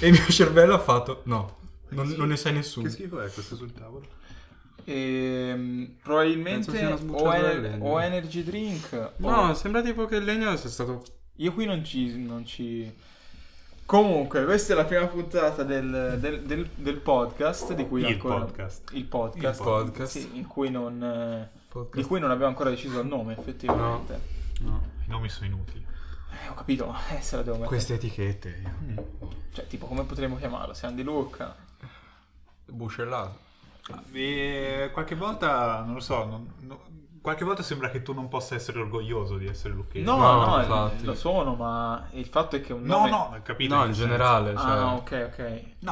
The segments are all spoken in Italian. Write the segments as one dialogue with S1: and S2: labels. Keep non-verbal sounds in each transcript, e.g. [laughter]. S1: E il mio cervello ha fatto, no, non, non ne sai nessuno.
S2: Che schifo è questo sul tavolo?
S3: Ehm,
S2: Penso
S3: probabilmente
S2: sia una
S3: o,
S2: sbucciatura
S3: ener-
S2: di legno.
S3: o energy drink.
S2: No,
S3: o-
S2: sembra tipo che il legno sia stato...
S3: Io qui non ci, non ci- Comunque, questa è la prima puntata del, del- del- del podcast di cui
S2: Il
S3: ancora...
S2: podcast.
S3: Il podcast.
S1: Il podcast.
S3: Sì, in cui non, eh,
S1: Podcast.
S3: di cui non abbiamo ancora deciso il nome, effettivamente.
S2: No.
S4: I nomi sono inutili.
S3: Eh, ho capito, [laughs] ma eh, se la devo mettere.
S1: Queste etichette, io.
S3: Cioè, tipo, come potremmo chiamarlo? Siamo di Lucca?
S1: Buscellato.
S4: Ah, E qualche volta, non lo so, non- no- qualche volta sembra che tu non possa essere orgoglioso di essere lucchese.
S3: No,
S1: No,
S3: no,
S1: infatti.
S3: lo sono, ma il fatto è che un
S4: no,
S3: nome...
S4: no, capito?
S1: No, in
S4: nel senso-
S1: generale, cioè...
S3: Ah, ok,
S4: No,
S3: ok.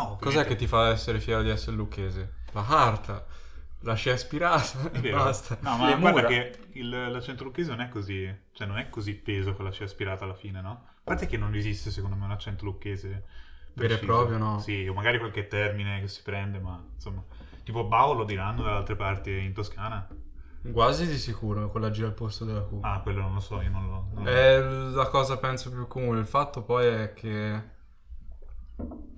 S4: ovviamente.
S1: Cos'è che ti fa essere fiero di essere lucchese? La carta, la scia aspirata,
S4: È
S1: e
S4: vero.
S1: basta.
S4: No, ma
S3: Le
S4: guarda
S3: mura.
S4: che il, l'accento lucchese non è così, cioè non è così peso con la C aspirata alla fine, no? A parte che non esiste secondo me un accento lucchese
S1: Vero e
S4: preciso.
S1: proprio, no?
S4: Sì, o magari qualche termine che si prende, ma insomma, tipo Bao lo diranno dalle altre parti in Toscana.
S1: Quasi di sicuro, con la G al posto della Q.
S4: Ah, quello non lo so, io non lo non lo-
S1: È la cosa penso più comune. Il fatto poi è che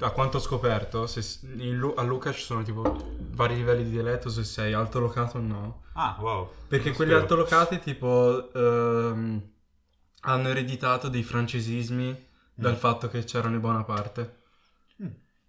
S1: a quanto ho scoperto, se s- in Lu- a Lucca ci sono tipo vari livelli di dialetto, se sei altolocato o no.
S4: Ah, wow.
S1: Perché
S4: Non
S1: quelli
S4: sapevo.
S1: altolocati tipo ehm, hanno ereditato dei francesismi
S3: Mm.
S1: dal fatto che c'erano in buona parte.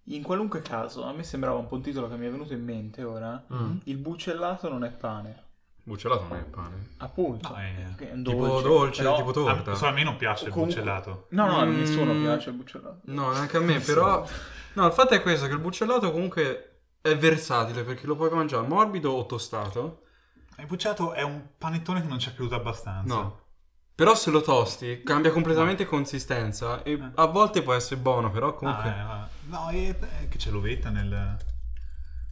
S3: In qualunque caso, a me sembrava un po' un titolo che mi è venuto in mente ora. Il buccellato non è pane.
S1: Buccellato non è pane.
S3: Appunto.
S4: No, eh,
S3: Che è un
S1: Ah, Tipo dolce,
S3: però-
S1: tipo
S4: Ah,
S1: torta.
S4: solo a me non piace il
S3: Comunque-
S4: buccellato.
S3: No, no, a
S1: Mm.
S3: nessuno piace il buccellato.
S1: No, neanche a
S3: [laughs]
S1: me, però... No, il fatto è questo, che il buccellato comunque è versatile perché lo puoi mangiare morbido o tostato.
S4: Il buccellato è un panettone che non ci è piaciuto abbastanza. Ah,
S1: No. Però se lo tosti cambia completamente consistenza e
S4: Eh.
S1: a volte può essere buono, però comunque...
S4: Ah, eh, ma- no, e eh, che c'è l'ovetta nel...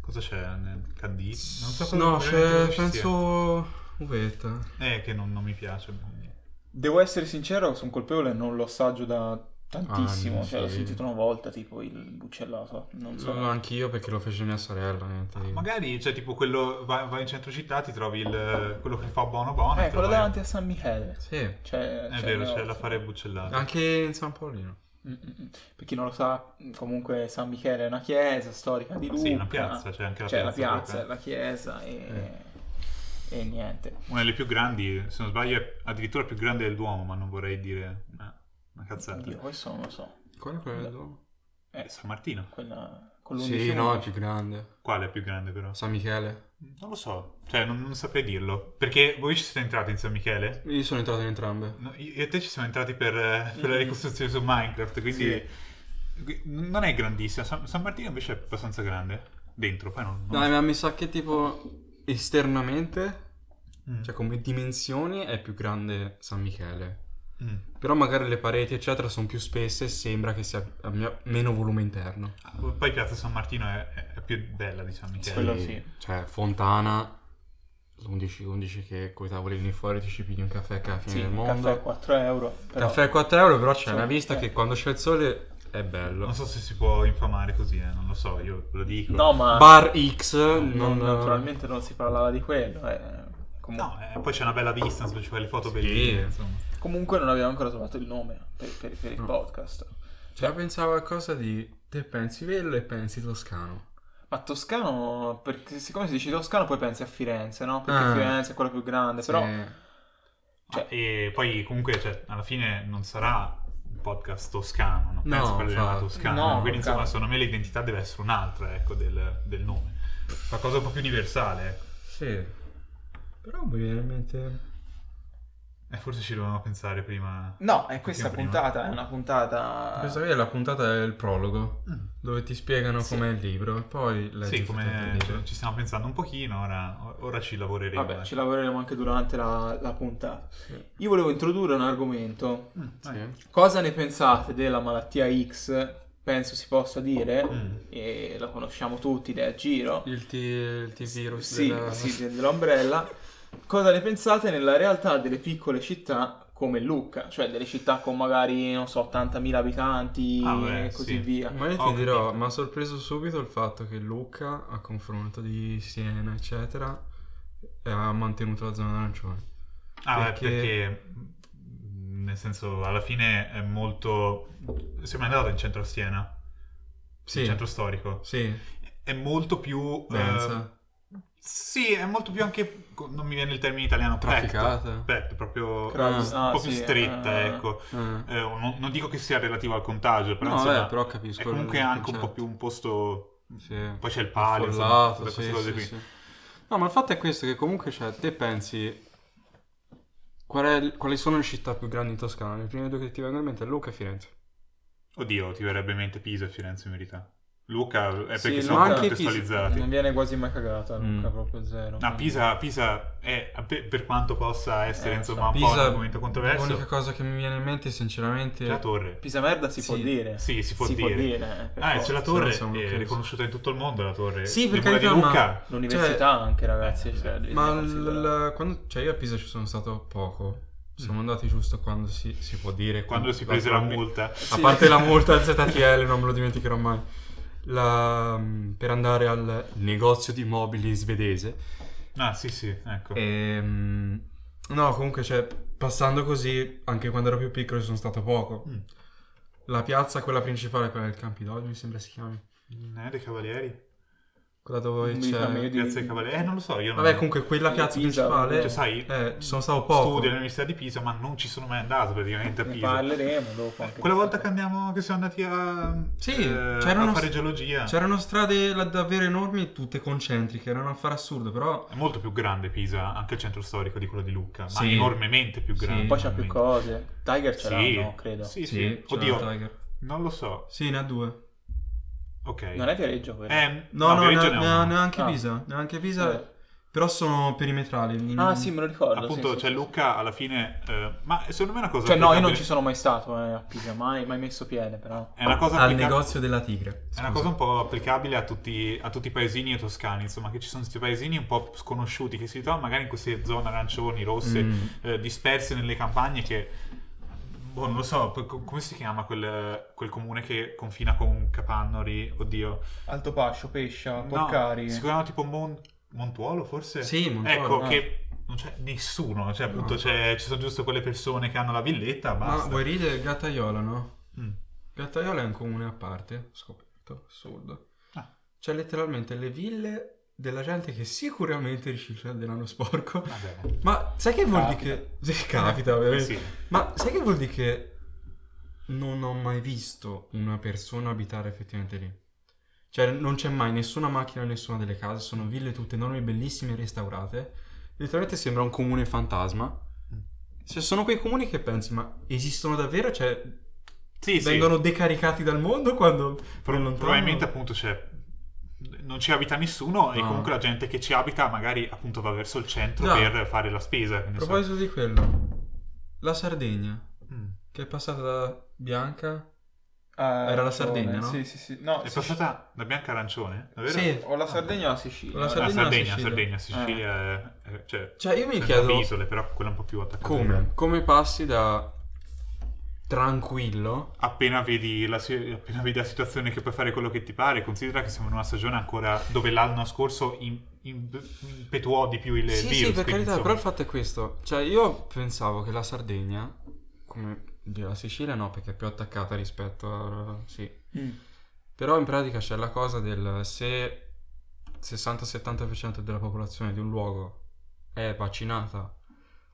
S4: Cosa c'è? Nel candì? Non so cosa
S1: no,
S4: veramente
S1: c'è,
S4: cosa ci
S1: penso... Uvetta.
S4: sia. Eh, che non, non mi piace. quindi.
S3: Devo essere sincero, sono colpevole, non lo assaggio da tantissimo.
S1: Ah,
S3: cioè, l'ho
S1: sì.
S3: sentito una volta, tipo, il buccellato. Non so. Eh,
S1: Solo Mm, anch'io perché lo fece mia sorella, niente. di-
S4: Magari, cioè, tipo quello... Vai, vai in centro città, ti trovi il, quello che fa buono buono. e
S3: eh,
S4: te
S3: quello
S4: lo vai-
S3: davanti a San Michele. Cioè,
S1: Sì,
S3: C'è,
S4: È vero, c'è l'affare buccellato.
S1: anche in San Paolino.
S3: Mm, mm, mm. Per chi non lo sa, comunque San Michele è una chiesa storica di Lucca.
S4: Sì, una piazza, c'è anche la
S3: C'è Cioè, la
S4: piazza
S3: piazza,
S4: proprio.
S3: la chiesa e...
S1: Eh.
S3: e niente.
S4: Una delle più grandi, se non sbaglio, è addirittura più grande del Duomo, ma non vorrei dire una, una cazzata.
S3: Oddio, questo non lo so.
S1: Qual è quello?
S3: Eh,
S4: Eh, San Martino.
S3: quella con l'11
S1: Sì, no, è più grande.
S4: Quale è più grande però?
S1: San Michele.
S4: Non lo so, cioè non, non saprei dirlo. Perché voi ci siete entrati in San Michele?
S1: Io sono entrato in entrambe.
S4: No, io e te ci siamo entrati per, eh, per la ricostruzione su Minecraft, quindi qui- non è grandissima. San, San Martino invece è abbastanza grande. Dentro, poi non... non-
S1: Dai, ma mi sa che tipo esternamente,
S4: Mm.
S1: cioè come dimensioni, è più grande San Michele.
S4: Mm.
S1: Però magari le pareti, eccetera, sono più spesse e sembra che sia abbia meno volume interno.
S4: Ah, Poi Piazza San Martino è, è- è più bella di San Michele.
S3: Quello sì.
S1: Cioè, Fontana, 11, 11 che coi tavolini fuori ti ci pigli un caffè che è la fine
S3: Sì,
S1: del
S3: il
S1: mondo.
S3: caffè a 4 euro. però-
S1: Caffè a 4 euro, però c'è
S3: Sì,
S1: una vista
S3: eh.
S1: che quando c'è il sole è bello.
S4: Non so se si può infamare così, eh, non lo so, io ve lo dico.
S3: No, ma
S1: Bar X, non...
S3: non- naturalmente non si parlava di quello. eh. Comu-
S4: No, eh, poi c'è una bella vista, insomma, ci fai le foto
S1: Sì.
S4: bellissime, insomma.
S3: Comunque non abbiamo ancora trovato il nome per, per- per il
S1: No.
S3: podcast.
S1: Cioè, pensavo a cosa di... Te pensi Vello e pensi Toscano.
S3: Ma Toscano, perché siccome si dice Toscano poi pensi a Firenze, no? Perché
S1: Ah.
S3: Firenze è quella più grande, però...
S1: Sì.
S3: Cioè-
S4: Ah, e poi comunque cioè, alla fine non sarà un podcast toscano,
S1: No,
S4: non penso parleremo della
S1: infatti.
S4: Toscana,
S3: No,
S4: quindi
S3: cavolo.
S4: insomma secondo me l'identità deve essere un'altra ecco, del, del nome, qualcosa un po' più universale. ecco.
S1: Sì. Però mi viene in mente...
S4: E Eh, forse ci dovevamo pensare prima.
S3: No, è questa
S4: Perché prima-
S3: puntata, è una puntata...
S1: Questa qui è la puntata del prologo,
S4: Mm.
S1: dove ti spiegano
S3: Sì.
S1: com'è il libro e poi leggi
S4: Sì,
S1: effettivamente
S4: come
S1: il libro.
S4: ci- ci stiamo pensando un pochino, ora, ora ci lavoreremo.
S3: Vabbè,
S4: ecco.
S3: ci lavoreremo anche durante la, la puntata.
S1: Sì.
S3: Io volevo introdurre un argomento.
S4: Mm, vai.
S1: Sì.
S3: Cosa ne pensate della malattia X? Penso si possa dire,
S4: Mm.
S3: e la conosciamo tutti, idea a giro.
S1: Il, T, il T-Virus
S3: Sì,
S1: della-
S3: sì, de- dell'ombrella. Cosa ne pensate nella realtà delle piccole città come Lucca? Cioè delle città con magari, non so, 80.000 abitanti
S4: Ah, beh,
S3: e così
S4: sì.
S3: via.
S1: Ma io ti
S4: Ho
S1: dirò,
S4: capito.
S1: mi ha sorpreso subito il fatto che Lucca, a confronto di Siena, eccetera, ha mantenuto la zona arancione.
S4: Ah, beh,
S1: Perché-
S4: perché... mm, mh, nel senso alla fine è molto... Siamo andati in centro a Siena.
S1: Sì.
S4: il centro storico.
S1: Sì,
S4: È molto più... eh,
S1: densa.
S4: sì, è molto più anche... Non mi viene il termine italiano.
S2: Trafficata.
S4: packed. Packed, proprio...
S2: Crowd-
S4: un po'
S3: Ah, sì,
S4: più stretta,
S3: eh.
S4: ecco.
S2: Eh.
S4: Eh, non, non dico che sia relativo al contagio, però,
S2: No,
S4: insomma,
S2: vabbè, però capisco
S4: è comunque
S2: il
S4: anche un po'
S2: concetto.
S4: più un posto...
S2: Sì.
S4: Poi c'è il palio, insomma,
S2: Affollato,
S4: tutte queste
S2: sì,
S4: cose
S2: sì,
S4: qui.
S2: sì. No, ma il fatto è questo, che comunque, cioè, te pensi... qual è- quali sono le città più grandi in Toscana? Le prime due che ti vengono in mente è Luca e Firenze.
S4: Oddio, ti verrebbe in mente Pisa e Firenze in verità. Luca è perché
S3: Sì,
S4: sono
S2: ma
S4: anche
S2: anche Pisa-
S4: contestualizzati.
S3: Non viene quasi mai cagata, Luca,
S2: Mm.
S3: proprio zero.
S4: No, Ah, Pisa, Pisa è, per, per quanto possa essere
S3: Eh,
S4: insomma un po' un
S1: Pisa,
S4: argomento controverso,
S1: l'unica cosa che mi viene in mente sinceramente...
S4: c'è la torre.
S3: Pisa merda si può
S1: Sì.
S3: dire.
S4: Sì, si può
S3: si
S4: dire.
S3: può dire. eh, per
S4: Ah,
S3: forza.
S4: c'è la
S1: se
S4: torre,
S1: no siamo
S4: è
S1: chiusi.
S4: riconosciuta in tutto il mondo la torre.
S1: Sì, per
S4: Le mura
S1: carità,
S4: di
S1: ma-
S4: Lucca.
S3: L'università anche, ragazzi. Cioè, bisogna
S1: Ma
S3: considerare.
S1: il- quando, cioè io a Pisa ci sono stato poco. Siamo andati giusto quando si, si può dire.
S4: Mm. Quando si
S1: la
S4: prese la
S1: torre-
S4: multa.
S1: A
S3: Sì.
S1: parte la multa al ZTL, non me lo dimenticherò mai. La- mm, per andare al negozio di mobili svedese.
S4: Ah, sì, sì, ecco.
S1: Eh. Ehm, no, comunque, cioè, passando così, anche quando ero più piccolo ci sono stato poco.
S4: Mm.
S1: La piazza, quella principale, quella del Campidoglio, mi sembra si chiami.
S4: Eh, dei cavalieri.
S1: Quella dove
S3: Non mi ricordo, io
S1: c'è...
S3: di-
S4: Piazza dei cavalieri. Eh, non lo so, io non...
S1: cioè, Vabbè, comunque, quella
S3: Di
S1: piazza
S3: Pisa,
S1: principale...
S4: cioè, sai,
S1: eh, ci sono stato poco.
S4: studio all'università di Pisa, ma non ci sono mai andato praticamente a
S3: Ne
S4: Pisa.
S3: parleremo dopo. Anche
S4: Quella volta che andiamo, che siamo andati a,
S1: Ecco. Sì,
S4: eh,
S1: c'erano
S4: a fare
S1: s-
S4: geologia,
S1: C'erano strade la- davvero enormi, tutte concentriche, era un affare assurdo, però...
S4: è molto più grande Pisa, anche il centro storico di quello di Lucca, ma
S1: Sì.
S4: enormemente più
S1: Sì.
S4: grande.
S3: Poi c'ha più
S4: enormemente.
S3: cose. Tiger ce
S4: Sì.
S3: l'hanno, credo.
S4: Sì, sì.
S1: c'era la
S4: Oddio,
S1: Tiger.
S4: non lo so.
S1: Sì, ne ha due.
S4: Ok.
S3: Non è Viareggio quello.
S4: Eh,
S1: No, no,
S4: Viareggio
S1: ne,
S4: ne
S1: ha
S4: ha uno.
S1: neanche
S3: Ah.
S1: Pisa, neanche Pisa,
S3: Eh.
S1: però sono perimetrali.
S3: Ah, sì, me lo ricordo.
S4: Appunto,
S3: sì, sì,
S4: c'è
S3: sì.
S4: Lucca alla fine... eh, ma secondo me è una cosa...
S3: Cioè, no, io
S4: applicabile-
S3: non ci sono mai stato eh, a Pisa, mai, mai messo piede, però.
S4: È una cosa
S1: Al
S4: applica-
S1: negozio della tigre.
S4: È una cosa un po' applicabile a tutti, a tutti i paesini toscani, insomma, che ci sono questi paesini un po' sconosciuti, che si trovano magari in queste zone arancioni, rosse,
S1: Mm.
S4: eh, disperse nelle campagne che... Boh, non lo so, p- co- come si chiama quel, quel comune che confina con Capannori? Oddio.
S3: Alto Pascio, Pescia,
S4: No, si chiama tipo Mon- Montuolo, forse?
S1: Sì, Montuolo,
S4: Ecco,
S3: ah.
S4: che non c'è nessuno, cioè appunto
S1: No.
S4: c'è- ci sono giusto quelle persone che hanno la villetta,
S1: Ma
S4: basta.
S1: vuoi ridere Gattaiola, no?
S4: Mm.
S1: Gattaiola è un comune a parte, ho scoperto, assurdo.
S4: Ah.
S1: C'è letteralmente le ville della gente che sicuramente ricicla dell'anno sporco.
S4: Vabbè.
S1: Ma sai che vuol
S3: Capita.
S1: dire che... [laughs] Sì, capita, ovviamente.
S4: Sì.
S1: Ma sai che vuol dire che non ho mai visto una persona abitare effettivamente lì? Cioè, non c'è mai nessuna macchina in nessuna delle case, sono ville tutte enormi, bellissime, restaurate. Letteralmente sembra un comune fantasma. Cioè, sono quei comuni che pensi, ma esistono davvero? Cioè,
S4: Sì, sì.
S1: vengono decaricati dal mondo quando...
S4: Pro-
S1: nel lontano-
S4: probabilmente appunto c'è non ci abita nessuno e
S1: No.
S4: comunque la gente che ci abita magari appunto va verso il centro
S1: Già.
S4: per fare la spesa. che
S1: A
S4: ne so.
S1: proposito di quello, la Sardegna,
S4: Mm.
S1: che è passata da bianca... Era la Sardegna, no?
S3: Eh, Sì, sì, sì. No,
S4: È
S3: Sic-
S4: passata da bianca a arancione, davvero?
S1: Sì.
S3: O la Sardegna o la Sicilia.
S1: O la
S4: Ah,
S1: Sardegna o la Sicilia?
S4: Sardegna, Sardegna, Sicilia, eh, eh, cioè,
S1: Cioè, io mi
S4: sono
S1: chiedo-
S4: tante isole, però quella un po' più attaccata.
S1: Come? Come passi da tranquillo
S4: Appena vedi, la, si- appena vedi la situazione che puoi fare quello che ti pare, considera che siamo in una stagione ancora dove l'anno scorso im- im- impetuò di più il
S1: Sì,
S4: virus.
S1: sì, per
S4: quindi,
S1: carità,
S4: insomma,
S1: però il fatto è questo. Cioè, io pensavo che la Sardegna, come dire, la Sicilia no, perché è più attaccata rispetto a... Sì.
S3: Mm.
S1: Però in pratica c'è la cosa del se 60-70% della popolazione di un luogo è vaccinata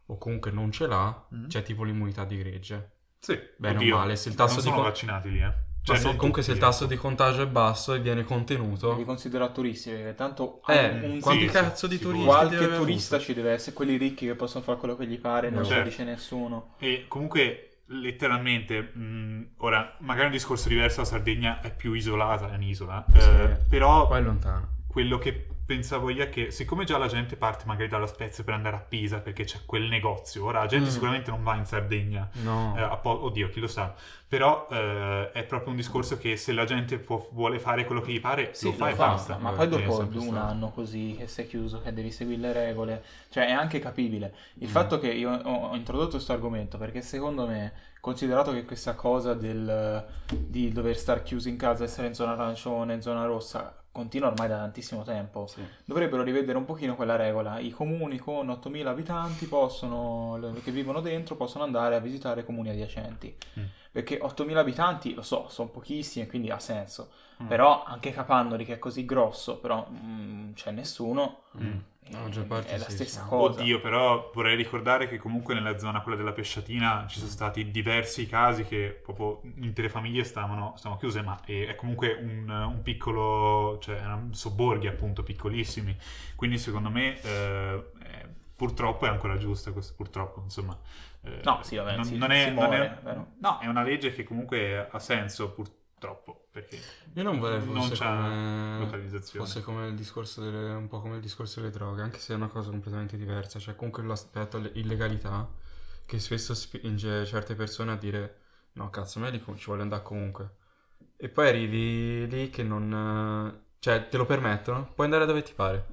S1: o comunque non ce l'ha,
S4: Mm.
S1: c'è tipo l'immunità di gregge.
S4: Sì,
S1: Bene o
S4: oddio,
S1: male, se il tasso
S4: non
S1: di
S4: sono
S1: con-
S4: vaccinati lì, eh.
S1: Ma se-
S4: non
S1: comunque se
S4: tutti,
S1: il
S4: eh.
S1: tasso di contagio è basso e viene
S3: Li
S1: contenuto...
S3: considero turisti, perché tanto
S1: Eh,
S3: un- un-
S1: quanti
S4: sì,
S1: cazzo di
S4: sicuro.
S1: turisti deve
S3: qualche
S1: aver
S3: turista
S1: avuto?
S3: ci deve essere, quelli ricchi che possono fare quello che gli pare, non
S1: No.
S3: ce lo
S4: Certo.
S3: dice nessuno.
S4: E comunque, letteralmente, mh, ora, magari un discorso diverso, la Sardegna è più isolata, è un'isola, eh, però
S1: Poi è lontano.
S4: quello che pensavo io è che siccome già la gente parte magari dalla Spezia per andare a Pisa perché c'è quel negozio, ora la gente
S1: Mm.
S4: sicuramente non va in Sardegna
S1: No.
S4: eh, a po- oddio, chi lo sa. Però eh, è proprio un discorso che se la gente può- vuole fare quello che gli pare,
S3: Sì,
S4: lo fa e
S3: fa,
S4: basta.
S3: ma
S1: Eh,
S3: poi
S1: perché
S3: dopo
S1: è
S3: un
S1: sempre stato.
S3: anno così che sei chiuso, che devi seguire le regole, cioè è anche capibile. Il
S4: Mm.
S3: fatto che io ho ho introdotto questo argomento perché secondo me, considerato che questa cosa del, di dover star chiusi in casa, essere in zona arancione, in zona rossa, continua ormai da tantissimo tempo,
S1: Sì.
S3: dovrebbero rivedere un pochino quella regola. I comuni con 8.000 abitanti possono, che vivono dentro possono andare a visitare comuni adiacenti.
S4: Mm.
S3: Perché 8.000 abitanti, lo so, sono pochissimi, quindi ha senso. Però anche Capannoli, che è così grosso, però mm, c'è nessuno,
S1: Mm.
S3: è-
S1: No, già parte
S3: è la
S1: sì,
S3: stessa
S1: sì.
S3: cosa.
S4: Oddio, però vorrei ricordare che comunque nella zona quella della pesciatina ci sono stati diversi casi che proprio intere famiglie stavano, stavano chiuse, ma è, è comunque un, un piccolo, cioè erano sobborghi appunto piccolissimi, quindi secondo me eh, eh, purtroppo è ancora giusta questo, purtroppo insomma. eh,
S3: No, sì, vabbè,
S4: non,
S3: sì,
S4: non è,
S3: si
S4: non è-
S3: muore, vero?
S4: no, è una legge che comunque ha senso purtroppo, perché
S1: Io non vorrei
S4: non
S1: fosse
S4: c'ha
S1: come...
S4: localizzazione.
S1: Fosse come il discorso delle, un po' come il discorso delle droghe, anche se è una cosa completamente diversa, cioè comunque l'aspetto le- illegalità che spesso spinge certe persone a dire no cazzo, a me lì ci voglio andare comunque. E poi arrivi lì che non... eh, cioè te lo permettono, puoi andare dove ti pare.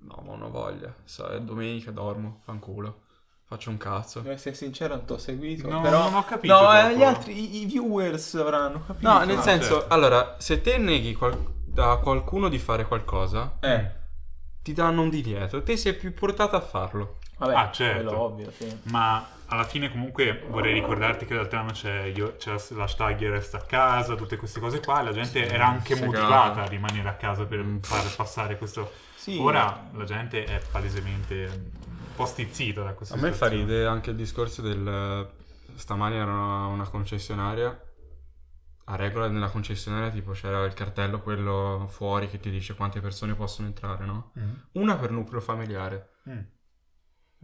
S1: No, ma non ho voglia, sai, è domenica dormo, fanculo, faccio un cazzo.
S3: Devo essere sincero, non t'ho seguito.
S4: No,
S3: però...
S4: non ho capito
S3: No, eh,
S4: troppo.
S3: gli altri, i, i viewers avranno capito.
S1: No, nel
S4: Ah,
S1: senso,
S4: certo.
S1: allora, se te neghi qual- a qualcuno di fare qualcosa,
S3: Eh,
S1: ti danno un divieto, te sei più portato a farlo.
S3: vabbè,
S4: Ah, certo.
S3: quello ovvio, sì.
S4: Ma alla fine comunque vorrei ricordarti che d'altronde c'è, io- c'è l'hashtag io resto a casa, tutte queste cose qua, la gente
S1: Sì,
S4: era anche
S1: segata.
S4: motivata a rimanere a casa per
S1: Mm.
S4: far passare questo...
S3: Sì.
S4: Ora la gente è palesemente un po' stizzita da questa
S1: A me fa
S4: situazione.
S1: ridere anche il discorso del... eh, Stamani ero a una concessionaria, a regola nella concessionaria tipo c'era il cartello quello fuori che ti dice quante persone possono entrare, no?
S4: Mm.
S1: Una per nucleo familiare.
S4: Mm.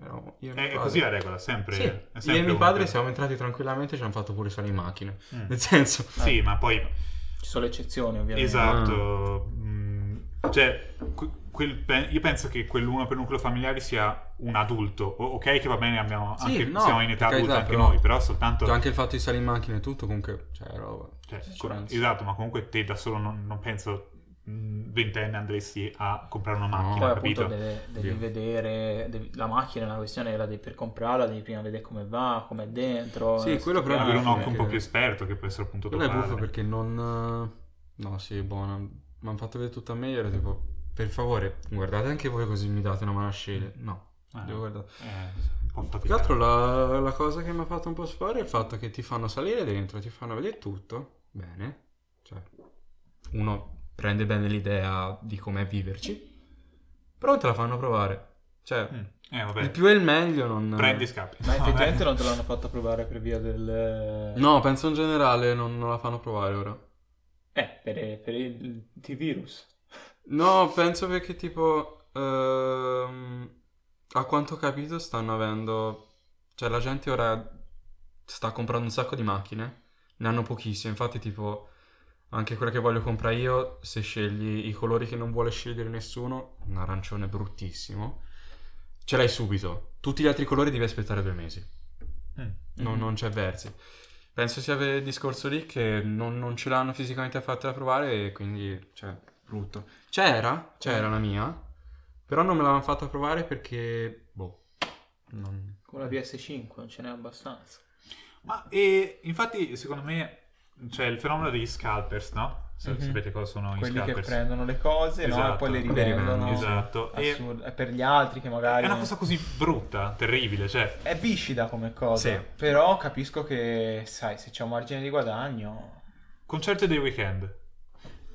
S1: Eravamo io e mio
S4: È, è
S1: padre.
S4: Eh, così la regola, sempre.
S1: Sì,
S4: è sempre
S1: io e mio
S4: una
S1: padre
S4: cosa.
S1: siamo entrati tranquillamente e ci hanno fatto pure salire in macchina.
S4: Mm.
S1: Nel senso...
S4: Sì, ma poi
S3: Ci sono le eccezioni, ovviamente.
S4: Esatto, mm, cioè que- quel pe- io penso che quell'uno per nucleo familiare sia un adulto, O- ok che va bene, abbiamo
S1: Sì,
S4: anche-
S1: no,
S4: siamo in età
S1: per
S4: adulta
S1: carità,
S4: anche
S1: però-
S4: noi, però soltanto...
S1: Cioè, Anche il fatto di salire in macchina e tutto comunque... Cioè, è roba...
S4: cioè,
S1: Sicurezza.
S4: co- esatto, ma comunque te da solo non, non penso mm, ventenne andresti a comprare una macchina,
S3: Poi Cioè, appunto
S4: capito?
S3: deve- devi
S1: Dio.
S3: vedere devi- la macchina, è una questione la devi, per comprarla devi prima vedere come va, com'è dentro.
S1: Sì,
S3: eh,
S1: quello
S3: sti
S1: però è
S3: cazzi.
S4: Avere un
S1: Ah,
S4: occhio un po'
S1: perché-
S4: più esperto che può essere appunto tuo
S1: Quello è buffo
S4: padre.
S1: perché non... eh, No, sì, buona. Mi hanno fatto vedere tutta a me, io ero tipo... Per favore, guardate anche voi così mi date una mano a scegliere. No,
S4: Eh,
S1: devo guardare.
S4: eh, un po'
S1: Più che altro
S4: faticato.
S1: la, la cosa che mi ha fatto un po' sfare è il fatto che ti fanno salire dentro, ti fanno vedere tutto. Bene. Cioè, uno prende bene l'idea di com'è viverci. Però te la fanno provare. Cioè,
S4: Mm, Eh,
S1: il
S4: vabbè,
S1: più Mm. e il meglio non...
S4: prendi e scappi.
S3: Ma effettivamente
S4: No, eh.
S3: non te l'hanno fatta provare per via del...
S1: No, penso in generale non, non la fanno provare ora.
S3: Eh, per, per il T-virus.
S1: No, penso perché tipo ehm, a quanto ho capito stanno avendo cioè la gente ora sta comprando un sacco di macchine, ne hanno pochissime, infatti tipo anche quella che voglio comprare io, se scegli i colori che non vuole scegliere nessuno, un arancione bruttissimo, ce l'hai subito. Tutti gli altri colori devi aspettare due mesi.
S4: dai. Mm.
S1: No, non c'è versi. Penso sia per il discorso lì che non, non ce l'hanno fisicamente fatta da provare e quindi, cioè, brutto. C'era, c'era la mia, però non me l'hanno fatta provare perché, boh, non...
S3: Come la PS5, non ce n'è abbastanza.
S4: Ma e, infatti, secondo me, c'è il fenomeno degli scalpers, no? Se-
S3: Mhm.
S4: Sapete cosa sono
S3: Quelli
S4: gli
S3: che
S4: scalpers?
S3: prendono le cose, no? E poi le
S4: Esatto.
S1: Le
S3: rivendono.
S1: rivendono,
S4: esatto. E-
S3: Assurdo. È per gli altri che magari...
S4: È una cosa così brutta, terribile, cioè...
S3: È viscida come cosa.
S1: Sì.
S3: Però capisco che, sai, se c'è un margine di guadagno...
S4: Concerto dei weekend.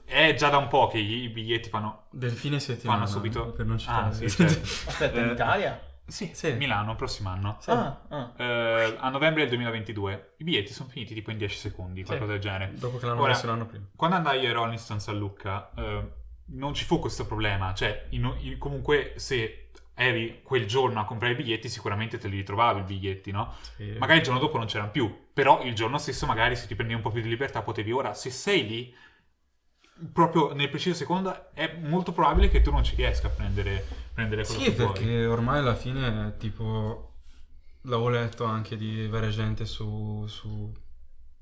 S4: È già da un po' che i biglietti fanno...
S1: Del fine settimana.
S4: Fanno subito-
S1: Per non
S4: Ah,
S1: citare.
S4: sì, certo.
S3: Aspetta, in
S4: Eh,
S3: Italia?
S4: Sì,
S1: Sì.
S4: Milano, prossimo anno.
S3: Ah, ah.
S4: Eh, a novembre del 2022. I biglietti sono finiti tipo in 10 secondi, qualcosa del genere.
S1: [laughs] Dopo che l'hanno
S4: Ora-
S1: messo l'anno prima.
S4: Quando andai ai Rolling Stones a Lucca, eh, non ci fu questo problema. Cioè, in- in- comunque, se eri quel giorno a comprare i biglietti, sicuramente te li ritrovavi i biglietti, no?
S1: Sì.
S4: Magari il giorno dopo non c'erano più, però il giorno stesso, magari se ti prendi un po' più di libertà, potevi ora. Se sei lì, proprio nel preciso secondo, è molto probabile che tu non ci riesca a prendere, prendere quello
S1: Sì,
S4: che vuoi.
S1: perché ormai alla fine, tipo, l'avevo letto anche di varia gente su, su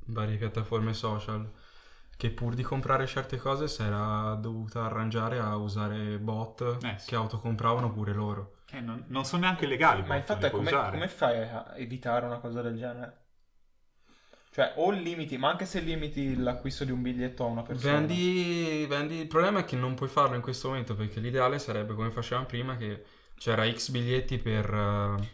S1: varie piattaforme social, che pur di comprare certe cose si era dovuta arrangiare a usare bot
S4: Eh, sì.
S1: che autocompravano pure loro.
S4: Eh, non, non sono neanche legali.
S3: Ma
S4: molti,
S3: infatti
S4: li
S3: è
S4: Eh, puoi
S3: come,
S4: usare.
S3: come fai a evitare una cosa del genere? Cioè, o limiti, ma anche se limiti l'acquisto di un biglietto a una persona.
S1: Vendi, vendi- il problema è che non puoi farlo in questo momento perché l'ideale sarebbe come facevamo prima che c'era X biglietti per eh,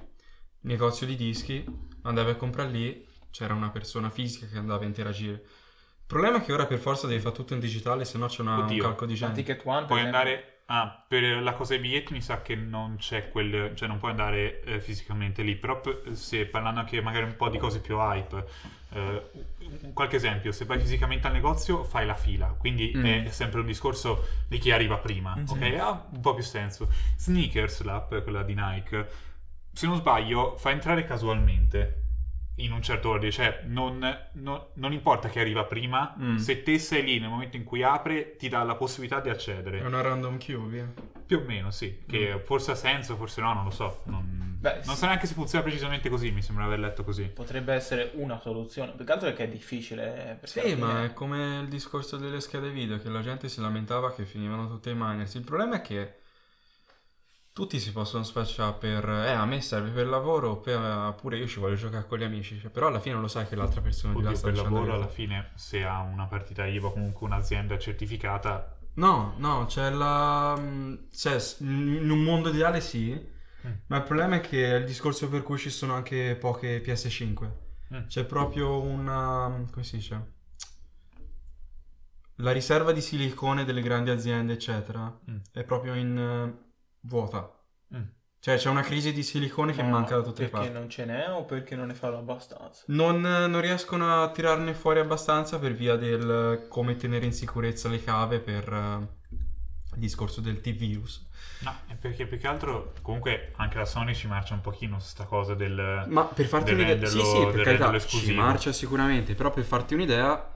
S1: negozio di dischi, andavi a comprare lì, c'era una persona fisica che andava a interagire. Il problema è che ora per forza devi fare tutto in digitale, se no c'è una, un
S4: Oddio,
S1: calco di
S3: La
S1: gente.
S3: Ticket One per
S4: Puoi
S3: esempio,
S4: andare... Ah, per la cosa dei biglietti mi sa che non c'è quel... Cioè non puoi andare eh, fisicamente lì, però p- se parlando anche magari un po' di cose più hype, eh, un- qualche esempio, se vai fisicamente al negozio fai la fila, quindi
S1: Mm.
S4: è sempre un discorso di chi arriva prima,
S3: Sì.
S4: ok? Ha un po' più senso. Sneakers, l'app, quella di Nike, se non sbaglio fa entrare casualmente. In un certo ordine, cioè non, non- non importa chi arriva prima,
S1: Mm.
S4: se te sei lì nel momento in cui apre, ti dà la possibilità di accedere.
S1: È una random queue, via.
S4: Più o meno, sì. Che
S1: Mm.
S4: forse ha senso, forse no, non lo so. Non,
S3: Beh,
S4: non
S3: sì.
S4: so neanche se funziona precisamente così, mi sembra aver letto così.
S3: Potrebbe essere una soluzione, più che altro perché è difficile. eh, perché alla
S1: Sì,
S3: fine-
S1: ma è come il discorso delle schede video, che la gente si lamentava che finivano tutte i miners. Il problema è che tutti si possono spacciare per... Eh, a me serve per lavoro, per- eh, pure io ci voglio giocare con gli amici. Cioè, però alla fine lo sai che l'altra persona di là
S4: Oddio,
S1: sta
S4: per
S1: dicendo...
S4: lavoro
S1: la
S4: alla
S1: verità.
S4: fine, se ha una partita IVA o comunque un'azienda certificata,
S1: No, no, c'è la... mh, Cioè, s- in un mondo ideale sì,
S4: Mm.
S1: ma il problema è che è il discorso per cui ci sono anche poche PS5.
S4: Mm.
S1: C'è proprio una... come si dice? La riserva di silicone delle grandi aziende, eccetera,
S4: Mm.
S1: è proprio in eh, vuota.
S4: Mm.
S1: Cioè c'è una crisi di silicone che
S3: Ma
S1: manca da tutte le parti.
S3: Perché non ce n'è o perché non ne fanno abbastanza?
S1: Non, non riescono a tirarne fuori abbastanza per via del eh, come tenere in sicurezza le cave per eh, il discorso del T-virus.
S4: no, è perché più che altro, comunque anche la Sony ci marcia un pochino su sta cosa del...
S1: Ma per farti
S4: Del
S1: un'idea, sì,
S4: renderlo-
S1: sì, per
S4: del
S1: carità,
S4: renderlo
S1: ci
S4: esclusivo.
S1: marcia sicuramente, però per farti un'idea,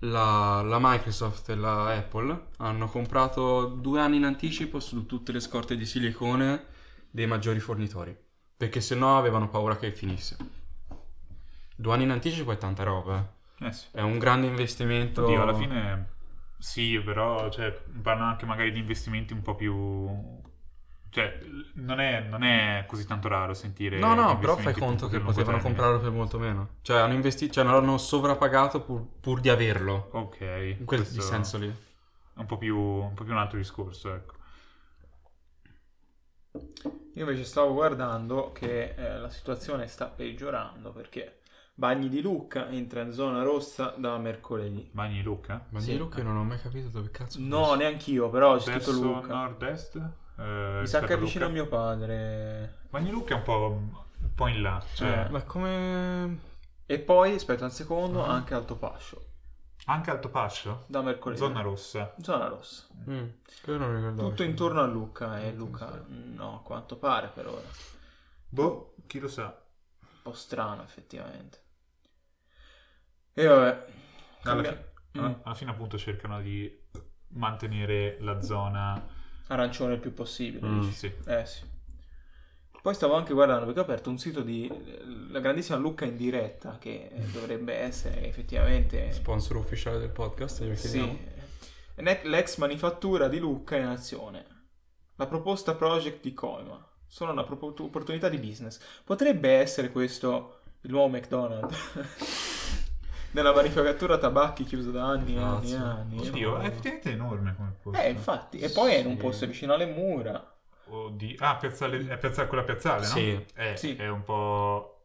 S1: la, la Microsoft e la Apple hanno comprato due anni in anticipo su tutte le scorte di silicone dei maggiori fornitori, perché sennò avevano paura che finisse. Due anni in anticipo è tanta roba, eh.
S4: Eh sì.
S1: è un grande investimento.
S4: Oddio, alla fine sì, però cioè, parlano anche magari di investimenti un po' più... Cioè, l- non è, non è così tanto raro sentire...
S1: No, no, però fai
S4: investimenti
S1: conto
S4: per
S1: che
S4: lungo
S1: potevano
S4: termine.
S1: comprarlo per molto meno. Cioè, hanno investito, cioè, non l'hanno sovrappagato pur, pur di averlo.
S4: Ok,
S1: In quel
S4: questo-
S1: senso lì.
S4: è un po' più un, po' più un altro discorso, ecco.
S3: Io invece stavo guardando che eh, la situazione sta peggiorando perché Bagni di Lucca entra in zona rossa da mercoledì.
S4: Bagni di Lucca?
S1: Ma
S3: Sì.
S1: di Luca io non ho mai capito dove cazzo
S3: No,
S1: fosse.
S3: neanch'io, però c'è
S4: Verso
S3: scritto Lucca.
S4: nord-est? Eh,
S3: Mi sa che
S4: rispetto a
S3: è vicino a
S4: Lucca.
S3: mio padre.
S4: Bagni di Lucca è un po', un po' in là. Cioè,
S1: Ma come...
S3: E poi, aspetta un secondo,
S4: Mhm.
S3: anche Altopascio
S4: Anche Altopascio?
S3: da mercoledì.
S4: Zona rossa.
S3: Zona rossa.
S1: Mm, quello non ricordavo.
S3: Tutto intorno a Lucca e
S1: Non
S3: Lucca
S1: so.
S3: no, a quanto pare per ora.
S4: Boh, chi lo sa.
S3: Un po' strano effettivamente. E vabbè.
S4: Alla,
S3: Cambia-
S4: fi-
S3: Mm.
S4: alla- alla fine appunto cercano di mantenere la zona...
S3: arancione il più possibile.
S1: Mm.
S3: dici?
S4: Sì.
S3: Eh sì. Poi stavo anche guardando perché ho aperto un sito di la grandissima Lucca in diretta
S1: [laughs]
S3: che eh, dovrebbe essere effettivamente
S1: Sponsor ufficiale del podcast, glielo chiediamo.
S3: sì. Ne- l'ex manifattura di Lucca in azione. La proposta project di Coima. Sono una propo- opportunità di business. Potrebbe essere questo il nuovo [laughs] McDonald's della manifattura tabacchi chiuso da anni e anni e
S1: Cazzo. eh.
S3: anni.
S4: Oddio, è effettivamente enorme come posto.
S3: Diciamo Eh, infatti, e poi è in un
S1: Sì.
S3: posto vicino alle mura.
S4: Oddio. Ah, piazzale, è piazzale, quella piazzale, no?
S1: Sì.
S4: Eh,
S3: Sì.
S4: È un po'...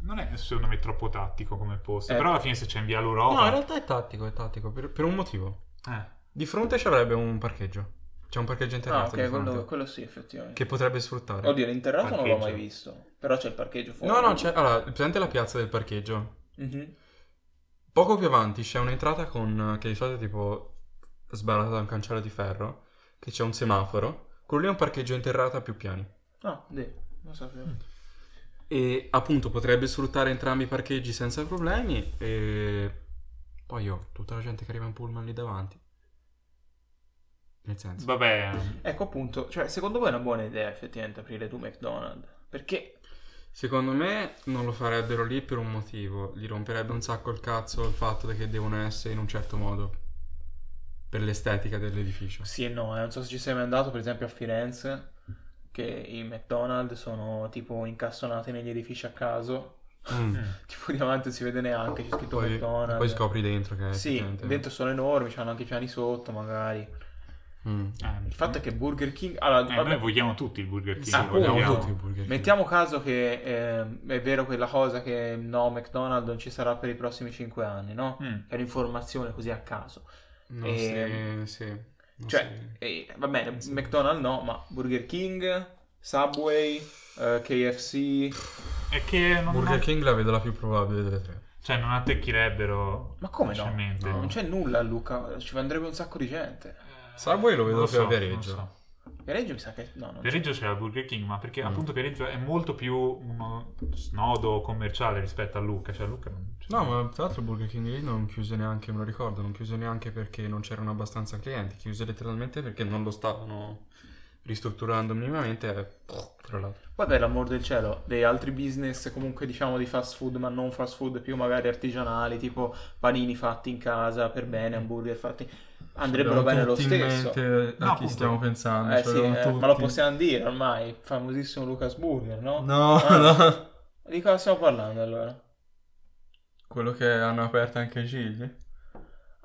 S4: Non è secondo me troppo tattico come posto.
S3: Eh.
S4: Però alla fine se c'è in via l'Europa...
S1: No, in realtà è tattico, è tattico, per, per un motivo.
S4: Eh.
S1: Di fronte ci avrebbe un parcheggio. C'è un parcheggio
S3: Ah,
S1: interrato
S3: ok,
S1: di fronte,
S3: quello, quello sì, effettivamente.
S1: che potrebbe sfruttare.
S3: Oddio, l'interrato non l'ho mai
S4: Parcheggio.
S3: visto. Però c'è il parcheggio fuori.
S1: No, no, c'è... Allora, presente la piazza del parcheggio.
S3: Mhm.
S1: Poco più avanti c'è un'entrata con... che di solito è tipo sbarrata da un cancello di ferro, che c'è un semaforo. Quello lì è un parcheggio interrato a più piani.
S3: Ah, dì,
S1: Mm.
S3: non sapevo.
S1: E appunto potrebbe sfruttare entrambi i parcheggi senza problemi. E poi ho tutta la gente che arriva in pullman lì davanti. Nel senso,
S4: Vabbè,
S3: Ecco appunto, cioè, secondo voi è una buona idea effettivamente aprire tu McDonald's? Perché?
S1: secondo me non lo farebbero lì per un motivo. Gli romperebbe un sacco il cazzo il fatto che devono essere in un certo modo per l'estetica dell'edificio.
S3: Sì e no, eh, non so se ci sei mai andato, per esempio a Firenze, che i McDonald's sono tipo incastonati negli edifici a caso. [laughs]
S1: Mm.
S4: mm.
S3: Tipo di avanti non si vede neanche, c'è scritto
S1: Poi,
S3: McDonald's.
S1: poi scopri dentro che è
S3: Sì,
S1: effettivamente-
S3: dentro sono enormi, c'hanno anche i piani sotto magari.
S2: Mm.
S3: Eh, Il fatto è che Burger King... Allora,
S4: Eh,
S3: vabbè,
S4: noi vogliamo tutti il Burger King.
S2: Sì,
S3: Ah,
S2: vogliamo
S4: vogliamo.
S2: tutti il Burger King.
S3: Mettiamo caso che ehm, è vero quella cosa che no, McDonald's non ci sarà per i prossimi 5 anni, no?
S4: Mm.
S3: È un'informazione così a caso.
S2: Non
S3: Ehm,
S2: si- sì, non
S3: Cioè,
S2: si-
S3: eh, va bene,
S2: Sì.
S3: McDonald's no, ma Burger King, Subway, eh, KFC...
S4: È che non,
S1: Burger
S4: non,
S1: King la vedo la più probabile delle tre.
S4: cioè, non attecchirebbero.
S3: Ma come no?
S4: facilmente. Eh,
S1: No.
S3: Non c'è nulla a Luca, ci andrebbe un sacco di gente.
S1: Subway lo vedo
S4: Non
S1: più a Viareggio.
S4: non so.
S3: Per Reggio mi sa che... No, non c'è.
S4: Viareggio c'è la Burger King, ma perché
S1: Mm.
S4: appunto Viareggio è molto più un nodo commerciale rispetto a Lucca. Cioè, Lucca non c'è.
S1: No, ma tra l'altro Burger King lì non chiuse neanche, me lo ricordo, non chiuse neanche perché non c'erano abbastanza clienti, chiuse letteralmente perché non lo stavano ristrutturando minimamente, eh, tra l'altro.
S3: Poi per l'amor del cielo, dei altri business comunque diciamo di fast food ma non fast food, più magari artigianali, tipo panini fatti in casa per bene, hamburger fatti, andrebbero bene lo
S1: Mm. Abbiamo tutti in
S3: stesso.
S1: mente a
S4: No,
S1: chi
S4: appunto.
S1: stiamo pensando,
S3: Eh
S1: ce
S3: sì,
S1: l'avevamo
S3: eh,
S1: tutti.
S3: ma lo possiamo dire ormai, il famosissimo Lucas Burger, no?
S1: No,
S3: Ah.
S1: no.
S3: Di cosa stiamo parlando allora?
S1: Quello che hanno aperto anche i Gigli.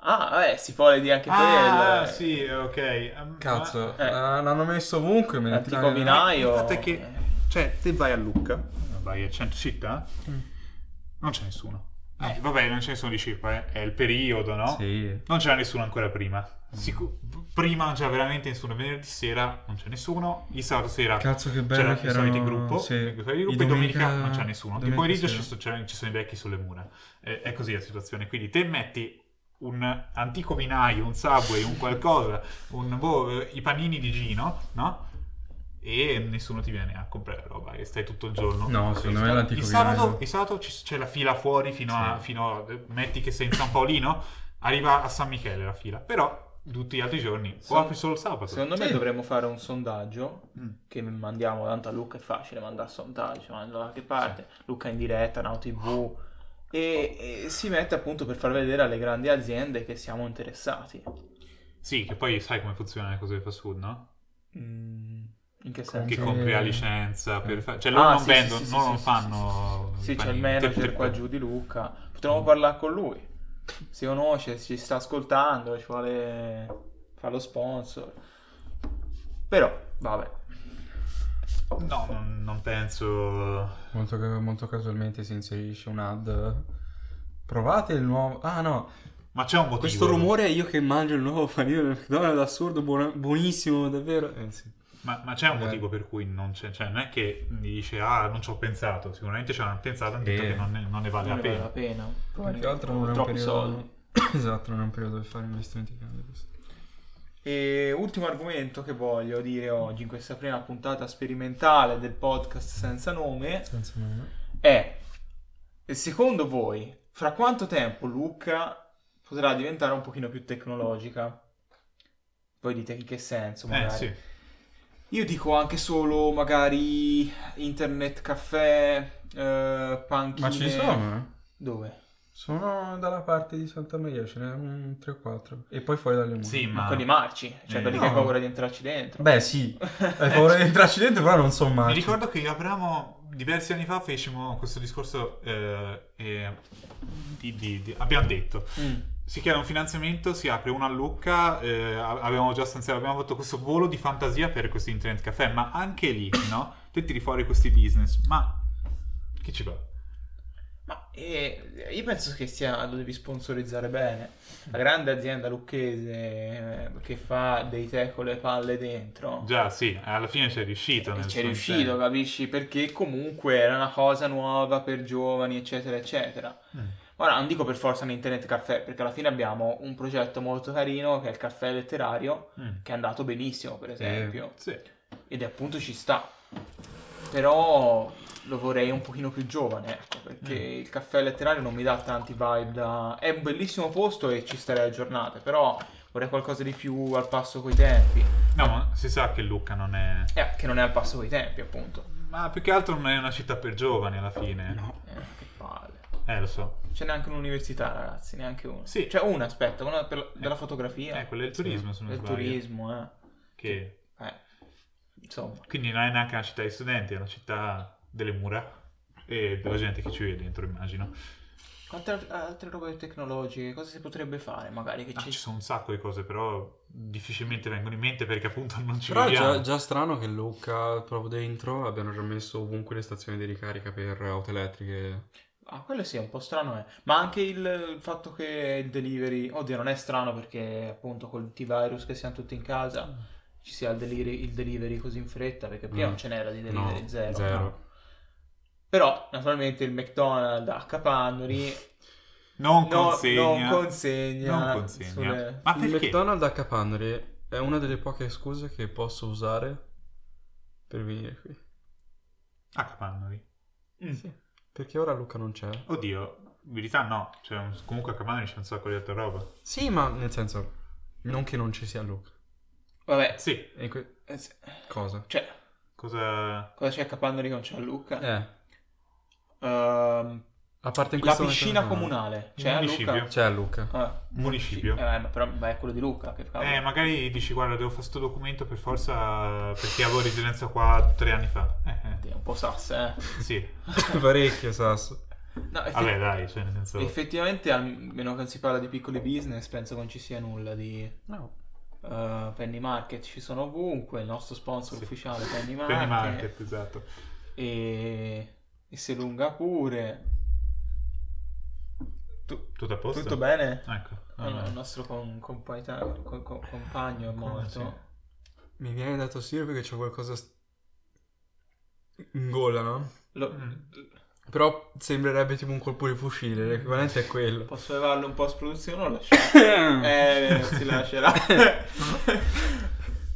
S3: Ah, eh, si vuole dire anche quello.
S4: Ah,
S3: eh.
S4: sì, ok. Um, ma-
S1: Cazzo,
S3: Eh.
S1: eh, l'hanno messo ovunque, me
S3: È
S1: ne
S3: tipo
S1: tirano-
S3: vinaio.
S4: Il fatto è che, cioè, te vai a Lucca, vai a centro città,
S1: Mm.
S4: non c'è nessuno. Eh, vabbè, non c'è nessuno di circa, eh. è il periodo, no?
S1: Sì. Mm.
S4: Non c'era nessuno ancora prima. Sicu- prima non c'era veramente nessuno. Venerdì sera non c'è nessuno. Il sabato sera
S1: Cazzo che bello
S4: c'era
S1: che
S4: il
S1: erano...
S4: solito Cioè, gruppo.
S1: sì.
S4: i soliti gruppi,
S1: I
S4: e domenica non c'è nessuno. Di
S1: domenica
S4: pomeriggio ci,
S1: sera.
S4: so- c'erano- ci sono i vecchi sulle mura. Eh, è così la situazione. Quindi te metti un antico vinaio, un subway, un qualcosa, un, boh, eh, i panini di Gino, no? E nessuno ti viene a comprare roba e stai tutto il giorno.
S1: No, secondo me
S4: Il sa-
S1: l'antico
S4: il sabato,
S1: vinaio.
S4: il sabato ci- c'è la fila fuori fino a,
S1: Sì.
S4: fino a- Metti che sei in San Paolino, arriva a San Michele la fila. Però tutti gli altri giorni, o
S3: Secondo-
S4: apri solo il sabato.
S3: Secondo me
S1: Sì.
S3: dovremmo fare un sondaggio
S4: Mm.
S3: che mandiamo, tanto a Luca è facile mandare sondaggio, manda da qualche parte, Luca in diretta, Now TV e, e si mette appunto per far vedere alle grandi aziende che siamo interessati.
S4: Sì, che poi sai come funzionano le cose del fast food, no?
S3: Mm, In che
S1: Con
S4: Che
S1: Sì.
S3: senso?
S4: compri la licenza per fa- Cioè
S3: Ah,
S4: loro non
S3: sì,
S4: vendono,
S3: sì, sì,
S4: loro
S3: sì,
S4: non
S3: sì,
S4: fanno... i
S3: Sì, c'è il
S4: panini. Te-
S3: manager
S4: te-
S3: qua giù di Luca, potremmo parlare con lui. Si conosce, ci sta ascoltando, ci vuole fa lo sponsor. Però, vabbè.
S4: No, non, non penso...
S1: Molto, molto casualmente si inserisce un ad. Provate il nuovo. Ah no,
S4: Ma c'è un motivo.
S1: questo rumore è io che mangio il nuovo panino del McDonald's assurdo, buona- buonissimo, davvero. Eh sì.
S4: Ma, ma c'è un
S1: Eh.
S4: motivo per cui non c'è... Cioè non è che mi dice, ah, non ci ho pensato. Sicuramente ci hanno pensato, hanno detto
S1: Eh.
S4: che non ne, non ne vale
S3: non
S4: la
S3: ne
S4: pena.
S3: vale la pena.
S1: Più che altro non è un
S3: Troppi
S1: periodo.
S3: soldi.
S1: [coughs] Esatto, non è un periodo per fare investimenti grandi. questo.
S3: E ultimo argomento che voglio dire oggi in questa prima puntata sperimentale del podcast senza nome
S1: Senza nome.
S3: è secondo voi fra quanto tempo Luca potrà diventare un pochino più tecnologica? Voi dite in che senso magari?
S4: Eh, sì.
S3: Io dico anche solo magari internet caffè, eh, panchine.
S1: Ma ci sono, eh?
S3: Dove?
S1: Sono dalla parte di Santa Maria, ce n'è un 3-4. E poi fuori dalle mura.
S4: Sì,
S3: Ma
S4: ma...
S3: quelli marci, cioè
S4: Eh,
S3: quelli
S4: no.
S3: che hai paura di entrarci dentro.
S1: Beh,
S4: [laughs]
S1: sì. Hai paura di entrarci dentro, però non so mai.
S4: Mi ricordo che Abramo diversi anni fa fecimo questo discorso eh, e di- di- di- abbiamo detto
S3: Mm.
S4: si chiede un finanziamento, si apre una a Lucca, eh, a- abbiamo già stanziato, abbiamo fatto questo volo di fantasia per questo internet caffè, ma anche lì, no? Te tiri fuori questi business, ma chi ci va?
S3: Ma eh, io penso che sia, lo devi sponsorizzare bene. La grande azienda lucchese eh, che fa dei tè con le palle dentro.
S4: Già, sì, alla fine c'è riuscito.
S3: E
S4: nel
S3: c'è
S4: suo
S3: Eh, riuscito, capisci? Perché comunque era una cosa nuova per giovani, eccetera, eccetera.
S4: intento.
S3: Ora non dico per forza un internet caffè, perché alla fine abbiamo un progetto molto carino che è il caffè letterario,
S4: Mm, mm.
S3: che è andato benissimo, per esempio.
S4: Sì.
S3: Ed appunto ci sta. Però lo vorrei un pochino più giovane, ecco, perché
S4: Mm.
S3: il caffè letterario non mi dà tanti vibe da... È un bellissimo posto e ci starei a giornate, però vorrei qualcosa di più al passo coi tempi.
S4: No, ma si sa che Lucca non è...
S3: Eh, che non è al passo coi tempi, appunto.
S4: Ma più che altro non è una città per giovani alla fine.
S1: No.
S3: Eh, che palle.
S4: Eh, lo so.
S3: C'è neanche un'università, ragazzi, neanche una.
S4: Sì.
S3: Cioè una, aspetta, una per la- della fotografia,
S4: Eh, quello è il turismo, se non
S3: del
S4: sbaglio.
S3: turismo, eh.
S4: Che...
S3: Eh, Insomma.
S4: Quindi non è neanche una città di studenti, è una città delle mura e della gente che ci vive dentro, immagino.
S3: Quante al- altre robe tecnologiche? Cosa si potrebbe fare magari? Che
S4: Ah,
S3: ci...
S4: ci sono un sacco di cose, però difficilmente vengono in mente perché appunto non ci
S1: Però è
S4: vediamo.
S1: già, già strano che Luca, proprio dentro, abbiano già messo ovunque le stazioni di ricarica per auto elettriche.
S3: Ah, quello sì, è un po' strano, eh. Ma anche il, il fatto che il delivery... Oddio, non è strano perché appunto col T-Virus che siamo tutti in casa ci sia il delivery, il delivery così in fretta perché prima
S1: Mm.
S3: non ce n'era di
S1: No,
S3: delivery, zero.
S1: zero.
S3: no. Però, naturalmente, il McDonald's a Capannoli
S4: Non
S3: no-
S4: consegna.
S3: non consegna.
S4: Non consegna.
S3: sulle-
S4: Ma
S1: Il
S4: perché?
S1: McDonald's a Capannoli è una delle poche scuse che posso usare per venire qui.
S4: A Capannoli.
S3: Mm.
S1: Perché ora Luca non c'è.
S4: Oddio, in verità no. Cioè, un- comunque a Capannoli c'è un sacco di altra roba.
S1: Sì, ma nel senso, non che non ci sia Luca.
S3: Vabbè,
S4: Sì,
S1: E que-
S3: eh, se-
S1: cosa?
S3: cioè,
S4: cosa...
S3: cosa c'è a Capannoli che non c'è a Lucca?
S1: Eh,
S3: Ehm,
S1: a parte in
S3: la
S1: questo momento
S3: piscina
S1: non c'è Luca.
S3: comunale c'è a
S4: municipio.
S3: Lucca?
S1: C'è Luca. [laughs]
S4: [laughs]
S3: Ah,
S4: Municipio.
S3: sì, eh, ma però beh, è quello di Lucca, che cavolo.
S4: Eh, magari dici, guarda, devo fare sto documento per forza perché avevo residenza qua tre anni fa. Eh,
S3: Oddio, È un po' sass, eh.
S4: eh, sì.
S1: Parecchio, Sasso.
S3: No, effe-
S4: Vabbè, dai, cioè, nel senso...
S3: effettivamente, almeno che non si parla di piccoli business, penso che non ci sia nulla di
S1: No.
S3: eh, Penny Market, ci sono ovunque, il nostro sponsor
S4: Sì.
S3: ufficiale Penny Market,
S4: Penny Market, esatto.
S3: E... e se lunga pure. Tu-
S4: Tutto a posto?
S3: Tutto bene?
S4: Ecco.
S1: Ah,
S3: No, no, il nostro com- compaita- co- co- compagno è morto.
S1: Mi viene dato sì perché c'è qualcosa st- in gola, no?
S3: Lo-
S4: Mm.
S1: Però sembrerebbe tipo un colpo di fucile, l'equivalente è [laughs] quello.
S3: Posso levarlo un po' a produzione o lo
S1: [laughs]
S3: lasciamo? eh, si lascerà.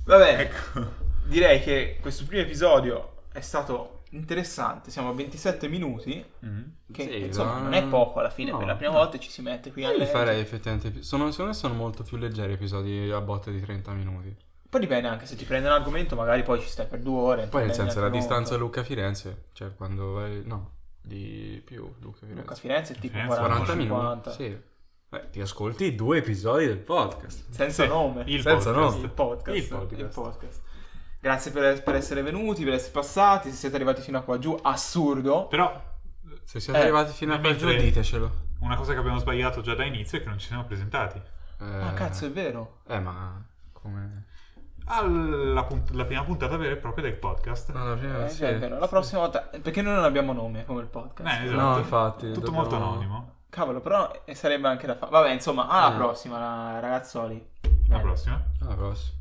S3: Vabbè, direi che questo primo episodio è stato interessante. Siamo a 27 minuti,
S4: Mm.
S3: che
S1: Sì,
S3: insomma
S1: ma-
S3: non è poco alla fine.
S1: no,
S3: per la prima
S1: no.
S3: volta ci si mette qui a
S1: Io li
S3: leggere.
S1: farei effettivamente più- sono, secondo me sono molto più leggeri episodi a botte di 30 minuti.
S3: Poi dipende anche se ti prende un argomento, magari poi ci stai per due ore. non
S1: Poi nel
S3: prendi
S1: senso la
S3: neanche
S1: distanza
S3: molto.
S1: Luca-Firenze, cioè quando vai... no, di più Luca-Firenze.
S3: Luca Firenze è tipo
S4: Firenze,
S3: 40
S1: 40
S3: 50
S1: minuti. Sì. Beh, ti ascolti due episodi del podcast.
S3: senza
S4: Sì.
S3: nome.
S4: Eh, Il
S1: Senza
S4: podcast.
S1: no.
S3: il podcast.
S4: Il podcast.
S3: il podcast. Grazie per, per essere venuti, per essere passati. Se siete arrivati fino a qua giù, assurdo.
S4: Però
S1: Se siete
S3: Eh,
S1: arrivati fino a qua giù,
S4: mentre-
S1: ditecelo.
S4: una cosa che abbiamo sbagliato già da inizio è che non ci siamo presentati.
S1: Eh,
S3: Ah, cazzo, è vero.
S1: Eh, ma come...
S4: Alla punt- la prima puntata vera e propria del podcast.
S1: No, la prima...
S3: Eh,
S1: sì,
S3: già, è vero. La
S1: sì.
S3: prossima volta, perché noi non abbiamo nome come il podcast.
S4: Eh,
S1: No, infatti,
S4: Tutto
S1: dobbiamo-
S4: molto anonimo.
S3: Cavolo, però eh, sarebbe anche da fare. Vabbè, insomma, alla
S1: Eh.
S3: prossima, la- ragazzoli.
S4: Alla
S3: Bene.
S4: prossima.
S1: Alla prossima.